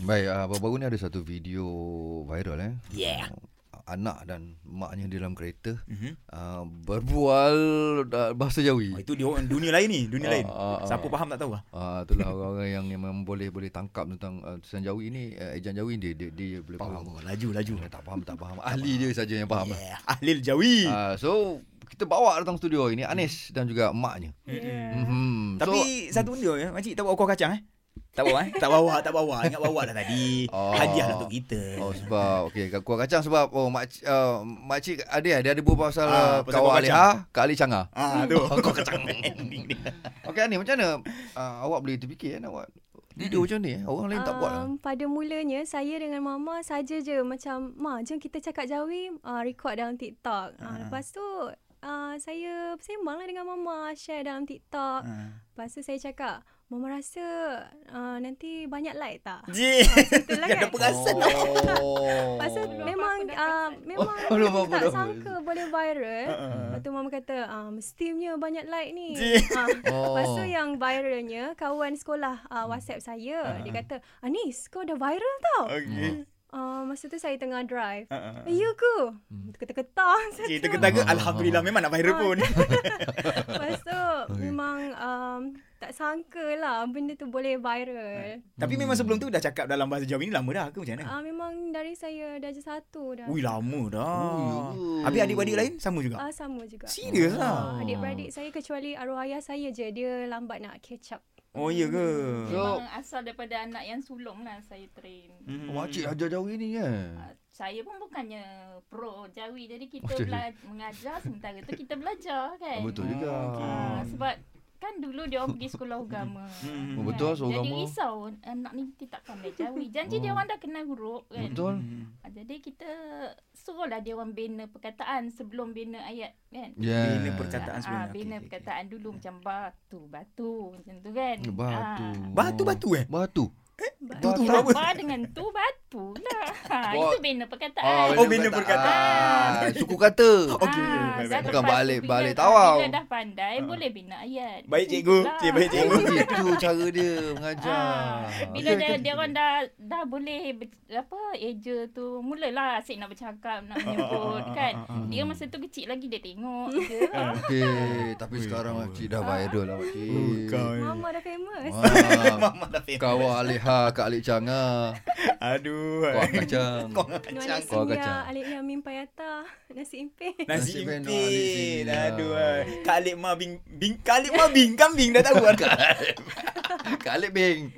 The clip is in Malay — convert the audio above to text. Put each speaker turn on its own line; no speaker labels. Baik, uh, baru-baru ni ada satu video viral eh.
Yeah.
Anak dan maknya di dalam kereta mm-hmm. uh, berbual uh, bahasa Jawi.
Oh, itu di dunia lain ni, dunia lain. Siapa faham tak tahu lah.
Ah uh, itulah orang-orang yang memang boleh boleh tangkap tentang uh, tulisan Jawi ni, uh, ejen Jawi ni dia dia, dia boleh faham.
Oh, laju laju.
Yang tak faham tak faham. Ahli dia saja yang faham. Yeah.
Yeah. Ahlil Jawi.
Uh, so kita bawa datang studio ini Anis dan juga maknya.
Ya.
Mm-mm.
Mhm.
Tapi satu benda ya, makcik tak bawa kuah kacang eh? Tak bawa eh? tak bawa, tak bawa. Ingat bawa dah tadi.
Oh.
Hadiah untuk kita.
so, oh sebab okey kuah kacang sebab oh mak uh, mak cik ada eh? dia ada buat pasal uh,
Ah, pasal
kawal
kuah
Aleha, Kak Ali Changa.
Ah, tu. Kuah kacang.
Okey Anis macam mana uh, awak boleh terfikir eh, nak buat video macam ni eh? Orang lain tak buat lah.
Um, Pada mulanya saya dengan mama saja je macam ma jom kita cakap Jawi uh, record dalam TikTok.
Ah.
Uh, lepas tu uh, saya sembanglah dengan mama share dalam
Oh.
TikTok.
Ah.
Lepas tu saya cakap mama rasa uh, nanti banyak like tak?
Ji.
Itulah
Ada
kan.
perasan.
Oh.
Lepas tu memang uh, memang
Oh, belum apa-apa
tak
dah. Ah.
sangka boleh
Ah,
viral. Lepas tu mama kata uh, mestinya banyak like ni. Uh,
Oh.
Lepas tu yang viralnya kawan sekolah uh, WhatsApp
Ah,
saya dia kata Anis kau dah viral
Oh.
tau.
Mm.
Okey.
Uh, masa tu saya tengah drive.
Ah, Hmm. ah.
Ya ke? Terketar-ketar masa
Cik,
tu.
kita
Ah,
ke Alhamdulillah memang nak viral
ya.
pun.
Lepas tu memang um, tak sangka lah benda tu boleh viral.
Tapi memang sebelum tu dah cakap dalam bahasa Jawi ni lama dah ke macam mana?
Ah.
Uh, memang dari saya darjah satu dah.
Ui lah. lama dah.
Ui.
Habis adik-adik lain sama juga.
Ah sama juga.
Serius lah.
Ah, adik-beradik saya kecuali arwah ayah saya je dia lambat nak catch up.
Oh iya ke?
So-
Memang asal daripada anak yang sulung lah saya train.
Hmm.
Mak cik ajar Jawi ni eh.
Uh, saya pun bukannya pro Jawi. Jadi kita
Betul.
bela- mengajar sementara tu kita belajar kan.
Oh, Betul Hmm. juga. Mm.
Uh, sebab kan dulu dia orang pergi sekolah agama.
Hmm.
Oh, betul, sekolah
Jadi
agama.
risau anak ni tidak pandai Jawi. Janji dia
Oh.
orang dah kenal huruf kan.
Betul.
Ah, Jadi kita suruhlah dia orang bina perkataan sebelum bina ayat kan.
Yeah.
Bina perkataan
Ah,
sebelum
ah, bina perkataan dulu macam batu, batu macam tu kan.
Mm, Batu.
Batu-batu
Oh.
eh?
Batu.
Tu
Batu
tu
apa?
apa dengan tu batu lah. Ha,
Wah.
itu bina
Ah,
perkataan.
Oh, bina perkataan.
Suku kata.
Oh. okey, baik, baik.
dah
Bukan
lepas tu
balik-
bila-
balik tawau.
Bila dah pandai boleh bina ayat.
Baik cikgu.
Itulah.
Cik baik cikgu.
Oh, gitu cara dia mengajar.
Ah, bila
Okey,
dah
okey.
dia orang dah dah boleh ber- apa eja tu mulalah asyik nak bercakap nak
Ah,
menyebut kan
Oh,
dia masa tu kecil lagi dia tengok je
Okey, tapi sekarang mak cik dah viral lah mak
Eh.
Oh,
cik.
kau ni.
Mama dah famous.
Ah,
Mama dah famous.
Kawal Aleha, Kak Alik ah. Changa,
Aduh. eh.
Kuah Kacang.
Nuan
Kuah kacang.
Asinya, Alik Yamin ya, Payata, Nasi Impin.
Nasi
Nasi
Beno, Nasi
impin.
Beno.
Aduh. ah. Kak Alip Ma bing bing Kak Alip Ma bing kambing dah tahu. kan?
Kak Alik Bing.